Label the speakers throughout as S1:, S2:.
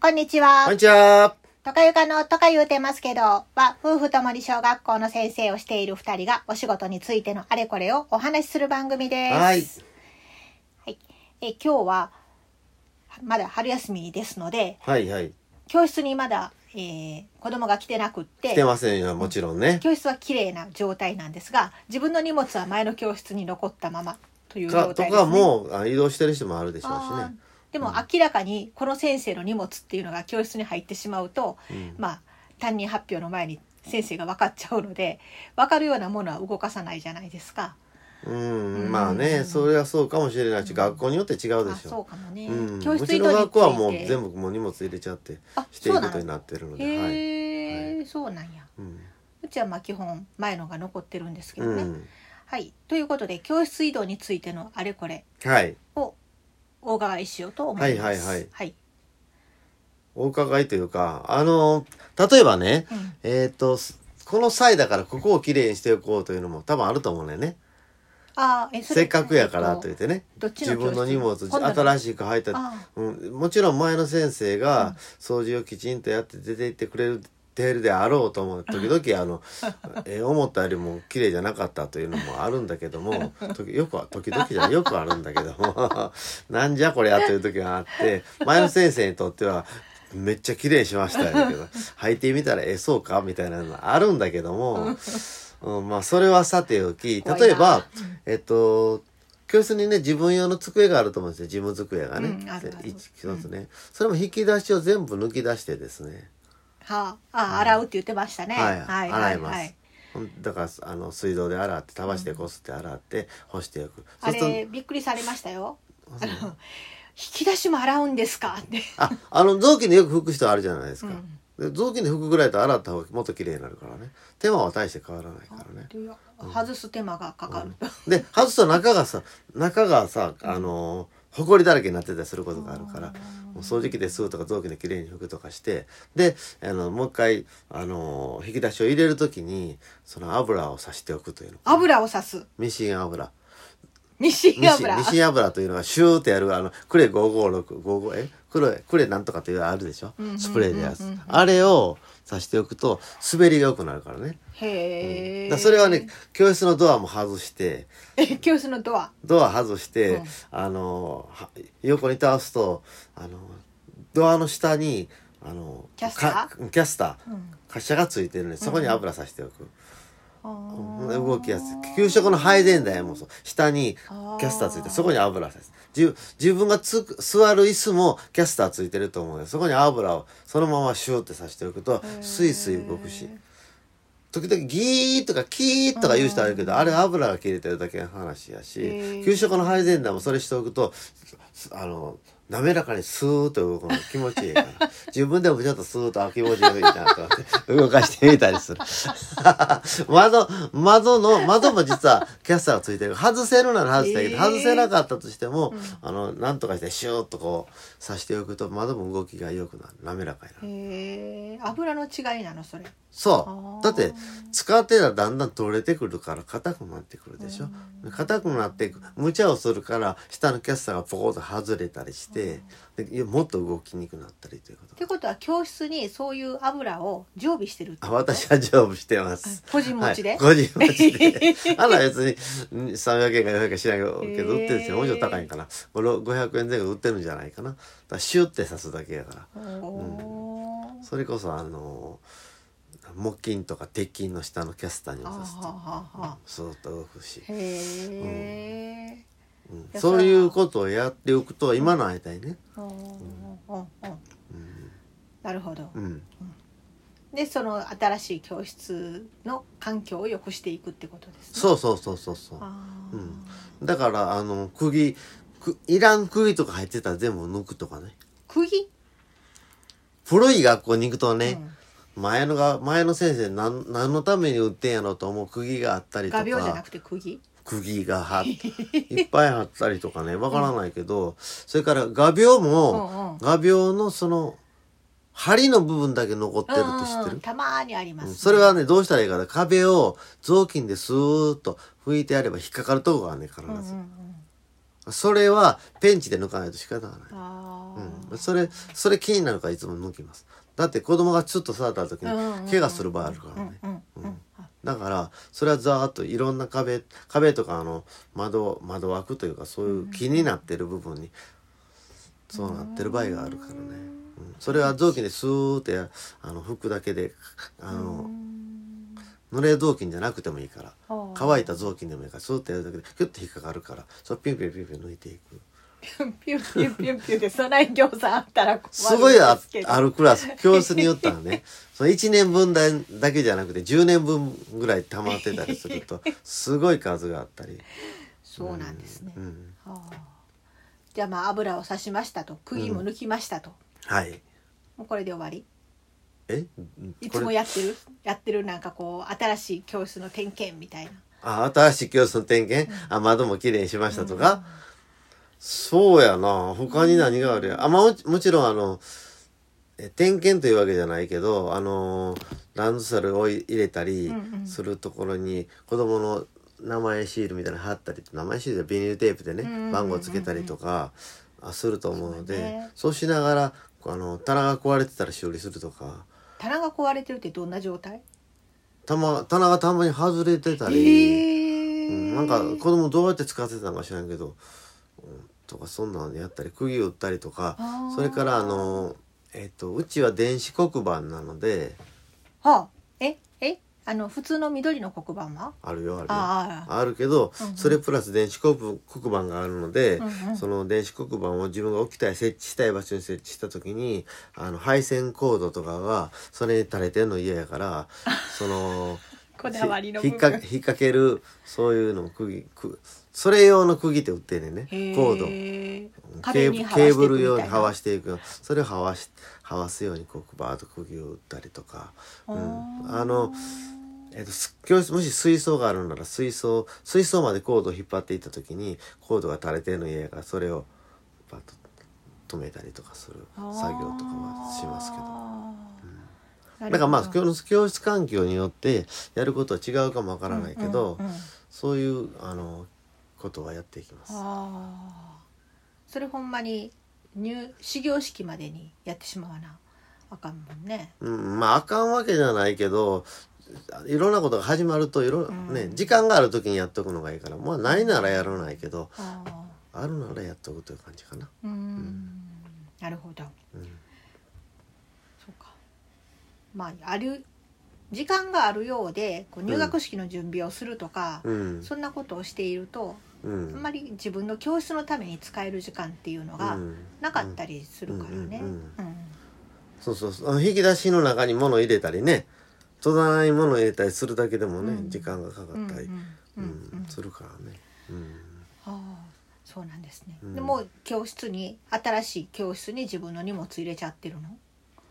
S1: こんにち
S2: こん
S1: は
S2: に。ちは。
S1: とかゆかのとか言うてますけど、は、夫婦ともに小学校の先生をしている二人がお仕事についてのあれこれをお話しする番組です。
S2: はい。
S1: はい。え、今日は、まだ春休みですので、
S2: はいはい。
S1: 教室にまだ、えー子供が来てなくっ
S2: 来
S1: て、
S2: てませんよ、もちろんね。
S1: 教室は綺麗な状態なんですが、自分の荷物は前の教室に残ったままという
S2: か
S1: 状態です、
S2: と
S1: ね。
S2: かもうあ移動してる人もあるでしょう
S1: あーでも
S2: うん
S1: 明らかにこの先生の荷物っていうのが教室に入ってしまうと、
S2: しね。うん
S1: まあ担任発表の前に先生が分かっちゃうので分かるようなものは動かさないじゃないですか。
S2: うん、
S1: うん
S2: まあね、それはそうかもしれないし、
S1: うん
S2: 学校によって違うで
S1: あ
S2: し
S1: そ
S2: ょ
S1: うかもね。
S2: う。うん、う
S1: 教室
S2: ち
S1: 移
S2: の
S1: 動について
S2: 学校はもう全部もう荷物入れちゃって
S1: あ
S2: してい
S1: そうな
S2: ること
S1: の
S2: になってるので、はい。
S1: へえ、そうなんや。
S2: うん
S1: うちはまあ基本前のが残ってるんですけど
S2: う
S1: ね。
S2: ん、
S1: はいということで教室移動についてのあれこれ
S2: はい。
S1: をお伺いしようと思います。
S2: はいはいはい
S1: はい。
S2: お伺いというか、あの、例えばね、
S1: うん
S2: えっ、と、すこの際だからここをきれいにしておこうというのも多分あると思うんだよね。
S1: あーえそれ
S2: せっかくやからと言ってね。
S1: どっちの
S2: 自分の荷物、
S1: 今度の
S2: 新しく入った
S1: あ
S2: うん、もちろん前の先生
S1: うん
S2: が掃除をきちんとやって出て行ってくれてるであろうと思う時々あの、 えー思ったよりも綺麗じゃなかったというのもあるんだけども時よくは時々じゃないよくあるんだけども なんじゃこりゃという時があって前の先生にとってはめっちゃ綺麗にしましたよけど履いてみたらえーそうかみたいなのあるんだけども、うん、まあそれはさておき
S1: 怖いな
S2: 例えば、えっと教室にね自分用の机があると思うんですよ事務机がね、
S1: うんあるある
S2: 一一つね、それも引き出しを全部抜き出してですね、
S1: はあ、あー洗うって言ってましたね。
S2: はい、洗い
S1: は
S2: ます、
S1: はい
S2: ほんだからあの水道で洗ってたわしてこすって洗って干しておく、
S1: あ
S2: そうす
S1: れ
S2: る
S1: びっくりされましたよ。
S2: と
S1: あの引き出しも洗うんですかって。
S2: ああの雑巾でよく拭く人あるじゃないですか、
S1: うん
S2: で雑巾で拭くぐらいと洗った方がもっと綺麗になるからね手間は大して変わらないからね
S1: 外す手間がかかる。
S2: で外すと中がさ中がさあのー、埃だらけになってたりすることがあるからもう掃除機で吸うとか雑巾できれいに拭くとかしてであのもう一回あのー引き出しを入れる時にその油をさしておくというの
S1: 油をさす。
S2: ミシン油
S1: ミシン
S2: ミシン
S1: 油。
S2: ミシン油というのがシューってやるあのクレ5565えクレクレなんとかっていうのあるでしょ
S1: うんうんうんうん
S2: スプレーでやるやつあれをさしておくと滑りが良くなるからね、
S1: へえ、
S2: だからそれはね。教室のドアも外して
S1: え教室のドア。
S2: ドア外して、
S1: うん
S2: あのは横に倒すとあのドアの下にあの
S1: キャスター
S2: ーキャスター
S1: うん
S2: 滑車がついてるのでそこに油さしておく、
S1: あ
S2: うん
S1: ー
S2: 動きやすい給食の配膳台もそう下にキャスターついてそこに油さす自自分がつく座る椅子もキャスターついてると思うのでそこに油をそのままシューってさしておくと
S1: へー
S2: スイスイ動くし時々ギーとかキーとか言う人あるけど、あれ油が切れてるだけの話やし、
S1: へえ
S2: 給食の配膳団もそれしておくとすあの滑らかにスーッと動くの気持ちいいから 自分でもちょっとスーッとあ気持ちいいなと思って動かしてみたりする 窓窓の窓も実はキャスターがついてる外せるなら外したいけど、
S1: へえ
S2: 外せなかったとしても、あのなんとかしてシューッとこうさしておくと窓も動きが良くなる滑らかになる。
S1: へえ油の違いなのそれ。
S2: そ
S1: あ
S2: う。だ
S1: ー
S2: って、使ってたらだんだん取れてくるから硬くなってくるでしょ。硬くなっていく。無茶をするから、下のキャスターがポコッと外れたりして、でいやもっと動きにくくなったりというこ
S1: っ
S2: と。
S1: てことは教室にそういう油を常備してるってこ
S2: あ
S1: と
S2: 私は丈夫してます。
S1: 個人持ちで、
S2: はい、個人持ちで。あら別にん300円か400円しないけど売ってるんです
S1: へー
S2: よ。もうちょっと高いんかな。これ500円前後売ってるんじゃないかな。だからシュッて刺すだけやから。
S1: おー
S2: それこそあの木琴とか鉄筋の下のキャスターにも
S1: あは
S2: 刺すと。
S1: はは
S2: そーっと動くし、
S1: へえ、
S2: うん
S1: や
S2: そういうことをやっておくと今の間にね、
S1: うんうんうん
S2: うん
S1: なるほど
S2: うん、
S1: でその新しい教室の環境を良くしていくってことですね
S2: そうそうそうそうそう
S1: あー
S2: うんだからあの釘くいらん釘とか入ってたら全部抜くとかね
S1: 釘、
S2: 古い学校に行くと
S1: う
S2: ね、
S1: ん
S2: 前のが前の先生なん何のために売ってんやろうと思う釘があったりと
S1: 画鋲じゃな
S2: か
S1: くて釘
S2: 釘が はいっぱいあったりとかねわからないけど、それから画鋲も、
S1: うんうん
S2: 画鋲のその針の部分だけ残ってると知って
S1: うんう
S2: る
S1: んたまーにあります、
S2: うんそれはねどうしたらいいかな壁を雑巾でスーッと拭いてやれば引っかかるとこがあんねん必
S1: うんうんう
S2: ず、
S1: ん
S2: それはペンチで抜かないと仕方がない。
S1: あー
S2: うん、それそれ気になるからいつも抜きますだって子供がちょっと触った時
S1: うんうん
S2: に怪我する場合あるからね、
S1: うんうんうんあ
S2: だからそれはざーっといろんな壁壁とかあの窓窓枠というかそういう気になってる部分にそうなってる場合があるからね、うん、それは臓器にスーッてあの拭くだけであの濡れ雑巾じゃなくてもいいから
S1: あー
S2: 乾いた雑巾でもいいからスーッてやるだけでキュッて引っかかるからそれピュンピュンピュンピュン抜いていく。
S1: ピュンピュンピュンピュンピュンでそない餃子あったら困るんです
S2: ごいあ
S1: けど
S2: あるクラス教室によったらね その1年分だだけじゃなくて10年分ぐらい溜まってたりする とすごい数があったり、
S1: そうなんですね、
S2: うん、
S1: はあじゃあまあ油を刺しましたと釘も抜きましたと、
S2: はい
S1: もうこれで終わり
S2: え
S1: いつ
S2: こ
S1: も
S2: れ
S1: やってるやってるなんかこう新しい教室の点検みたいな
S2: あ新しい教室の点検、あ窓もきれいにしましたとか、そうやな他に何があるや、あまあもちもちろんあのえ点検というわけじゃないけどあのランドセルを入れたり
S1: うんうん
S2: するところに子供の名前シールみたいなの貼ったり名前シールでビニールテープでね、
S1: うんうんうんうん
S2: 番号つけたりとかあすると思うので
S1: そ
S2: そうう,、
S1: ね
S2: しながらあの棚が壊れてたら修理するとか
S1: 棚が壊れてるってどんな状態
S2: た、ま、棚がたまに外れてた
S1: え
S2: り、う
S1: ー
S2: んなんか子供どうやって使ってたのか知らんけど、うんとかそんなのやったり釘打ったりとか。
S1: あー
S2: それからあのえっ、とうちは電子黒板なので
S1: はあええあの普通の緑の黒板は
S2: あるよあるよ
S1: あ
S2: あるけど、
S1: うんうん
S2: それプラス電子黒板黒板があるので、
S1: うんうん
S2: その電子黒板を自分が置きたい設置したい場所に設置した時にあの配線コードとかがそれに垂れてんの嫌 やからその
S1: こだわりの
S2: ひ
S1: 部
S2: 引っか
S1: 分
S2: 引っ掛けるそういうの釘くそれ用の釘って売ってんねんね
S1: へ
S2: コード。
S1: ド
S2: ケーブケーブル用にはわ
S1: し
S2: していくようそれをはわしはわすようにこうバーッと釘を打ったりとか、
S1: あ
S2: う
S1: ー
S2: ん、あの、えっとす教室もし水槽があるなら水槽水槽までコードを引っ張っていった時にコードが垂れてるの嫌やからそれをバッと止めたりとかする作業とかはしますけど。
S1: け
S2: だからまあ教教室環境によってやることは違うかもわからないけど、
S1: うんうんうん
S2: そういうあのことはやっていきます。
S1: あーそれほんまに入始業式までにやってしまわなあかんもんね
S2: うん、まああかんわけじゃないけどいろんなことが始まるといろ、
S1: うん
S2: ね時間がある時にやっとくのがいいからまあないならやらないけど
S1: ああ
S2: あるならやっとくという感じかな。
S1: うーんなるほど
S2: うん
S1: そうかまあある時間があるようでこう入学式の準備をするとか、
S2: うん
S1: そんなことをしていると
S2: うん
S1: あんまり自分の教室のために使える時間っていうのが
S2: うん
S1: なかったりするからね。
S2: うんう
S1: う
S2: ん
S1: ん
S2: そうそうそうあの引き出しの中に物を入れたりね戸棚に物を入れたりするだけでもね、
S1: うん
S2: 時間がかか
S1: うんうん
S2: ったり、
S1: う
S2: うんん
S1: うん
S2: するからね。うん
S1: ああそうなんですね、
S2: うん
S1: でもう教室に新しい教室に自分の荷物入れちゃってるの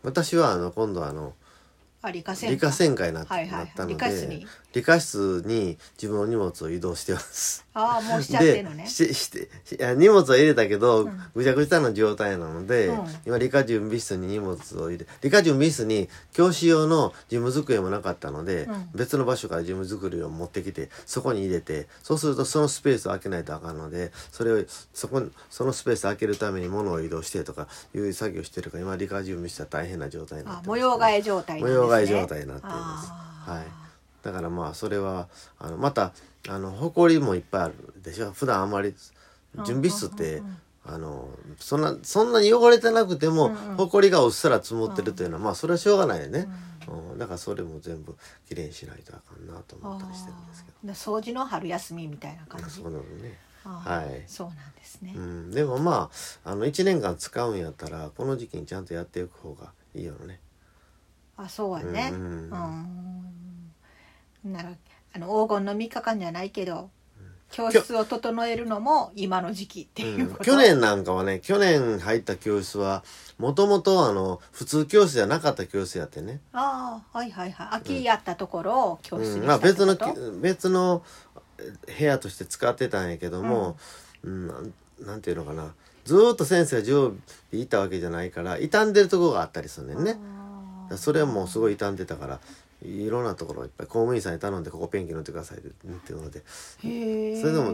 S2: 私はあの今度はあの
S1: あ理科生
S2: 理科旋回にな,、
S1: はいはい
S2: なった
S1: はい
S2: ので
S1: 理科室に
S2: 理科室に自分の荷物を移動してます。
S1: ああもうしちゃって
S2: で
S1: るのね
S2: ししてしいや荷物を入れたけど、
S1: うん
S2: ぐちゃぐちゃな状態なので、
S1: うん
S2: 今理科準備室に荷物を入れ理科準備室に教師用の事務机もなかったので、
S1: うん
S2: 別の場所から事務作りを持ってきてそこに入れてそうするとそのスペースを空けないとあかんのでそれをそこにそのスペース空けるために物を移動してとかいう作業してるから今理科準備室は大変な状態になって
S1: あ
S2: ます、
S1: 模様替え状態なんです、ね、
S2: 模様替え状態になっています。
S1: ああ
S2: はい。だからまあそれはあのまたあの埃もいっぱいあるでしょ。普段あんまり準備室って
S1: うんうんうん
S2: あのそんなそんなに汚れてなくても、
S1: うんうん
S2: 埃がうっすら積もってるというのは、まあそれはしょうがないよね。うん、だからそれも全部きれいにしないとあかんなと思ったりしてるんですけど。
S1: ああ掃除の春休みみたいな感じ
S2: そうなのね。
S1: ああ
S2: はい
S1: そうなんですね、
S2: うん、でもまああの1年間使うんやったらこの時期にちゃんとやっていく方がいいよね。
S1: あそうやねう
S2: うんん
S1: ならあの黄金の3日間じゃないけど教室を整えるのも今の時期っていうこと、
S2: 去年なんかはね去年入った教室はもともとあの普通教室じゃなかった教室やってね、
S1: ああはいはいはい秋やったところを教
S2: う
S1: 室に
S2: ん
S1: し
S2: ま
S1: たっ
S2: あ、
S1: て
S2: 別
S1: こ
S2: の
S1: と、
S2: 別のえ部屋として使ってたんやけども、うんなんなんていうのかなずーっと先生が常備いたわけじゃないから傷んでるところがあったりするねんね。だからそれはもうすごい傷んでたからいろんなところいっぱい公務員さんに頼んでここペンキ塗ってくださいって言ってるので
S1: へえ
S2: それでも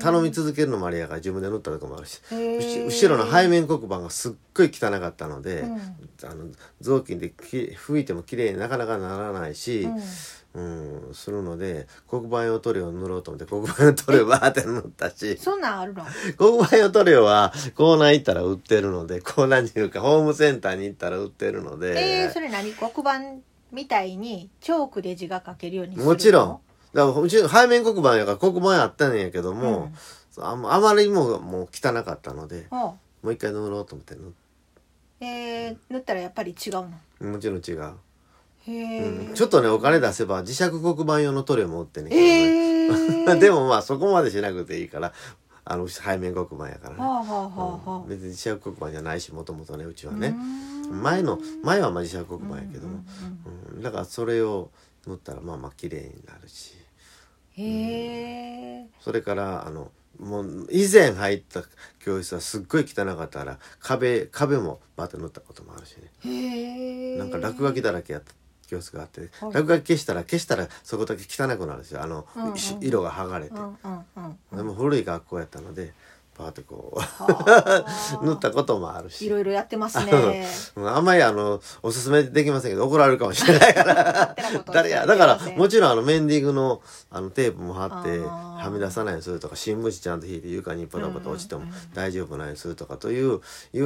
S2: 頼み続けるのもあれやから自分で塗ったとこもあるし
S1: へ
S2: うち
S1: ー
S2: 後ろの背面黒板がすっごい汚かったので、
S1: うん
S2: あの雑巾でき拭いても綺麗になかなかならないし、うんするので黒板用塗料を塗ろうと思って黒板用塗料バーって塗ったし
S1: そんなんあるの
S2: 黒板用塗料はコーナー行ったら売ってるのでコーナーにいうかホームセンターに行ったら売ってるの
S1: え
S2: で
S1: ー、、それ何黒板みたいにチョークで字が書けるようにするの
S2: もちろんだからうち背面黒板やから黒板あったんやけども、あんあまりにももう汚かったので
S1: ほ
S2: もう一回塗ろうと思って塗っ
S1: うえー、塗ったらやっぱり違うの
S2: もちろん違う。
S1: へえ、
S2: うんちょっとねお金出せば磁石黒板用の塗料も売ってんねんけ
S1: え
S2: どね、
S1: ー、
S2: でもまあそこまでしなくていいからあの背面黒板やか
S1: は
S2: らね、
S1: あはあはあはあ
S2: うん別に磁石黒板じゃないしもともとねうちは
S1: う
S2: ね
S1: ーん
S2: 前の前はまあ磁石黒板やけども、
S1: うんうん
S2: うんだからそれを塗ったらまあまあ綺麗になるし
S1: へえ
S2: それからあのもう以前入った教室はすっごい汚かったから壁壁もバッと塗ったこともあるしね
S1: へえ
S2: なんか落書きだらけやった教室があって
S1: はい
S2: 落書き消したら消したらそこだけ汚くなるんですよあの、
S1: うんうん
S2: し色が剥がれて、
S1: うんうんうん
S2: でも古い学校やったのでパーッとこ
S1: は
S2: う塗ったこともある
S1: い
S2: し
S1: ろいろやって ますね
S2: うんあんまりあのおすすめできませんけど怒られるかも しれないから誰やだからも
S1: ち
S2: ちろんあのメンディングのあのテープも貼って
S1: あー
S2: はみ出さないようにするとか新聞紙ちゃんと引いて床にポタポタ落ちても
S1: うんうん
S2: 大丈夫なようにするとかというい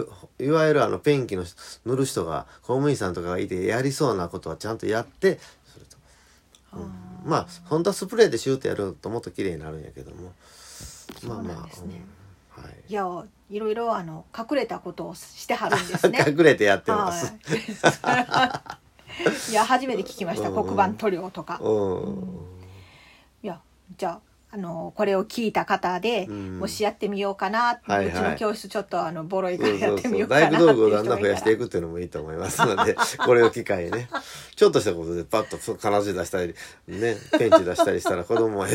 S2: いわゆるあのペンキの塗る人が公務員さんとかがいてやりそうなことはちゃんとやってするとまあ本当はスプレーでシューってやるともっと綺麗になるんやけども
S1: そうなんですね
S2: まあまあ、うんはい
S1: いやいろいろあの隠れたことをしてはるんですね
S2: 隠れてやってま
S1: は
S2: す。
S1: い いや初めて聞きました
S2: うんうん
S1: 黒板塗料とか
S2: うん
S1: いやじゃああのこれを聞いた方で、
S2: うん
S1: もしやってみようかな、
S2: はいはいう
S1: ちの教室ちょっとあのボロいから
S2: そう
S1: や
S2: そ
S1: っ
S2: う
S1: て
S2: そ
S1: みよ
S2: う
S1: うかな
S2: 大
S1: っていう
S2: 工
S1: 人
S2: 道具をだんだ
S1: が
S2: ん
S1: いた
S2: 増
S1: ら
S2: やしていくっていうのもいいと思いますの でこれを機会にねちょっとしたことでパッとそう金槌出したりねペンチ出したりしたら子供も「へ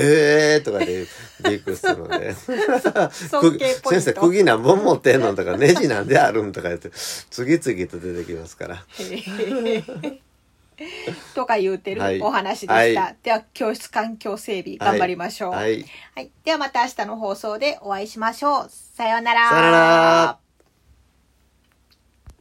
S2: え」とかでびっくりするので
S1: 尊敬ポイント
S2: 先生釘何本持ってんの?」とか「ネジなんであるん?」とか言って次々と出てきますから。
S1: へー とか言うてる
S2: はい
S1: お話でした、
S2: はい
S1: では教室環境整備頑張りましょう、
S2: はいはい
S1: はいではまた明日の放送でお会いしましょうさようなら
S2: さよなら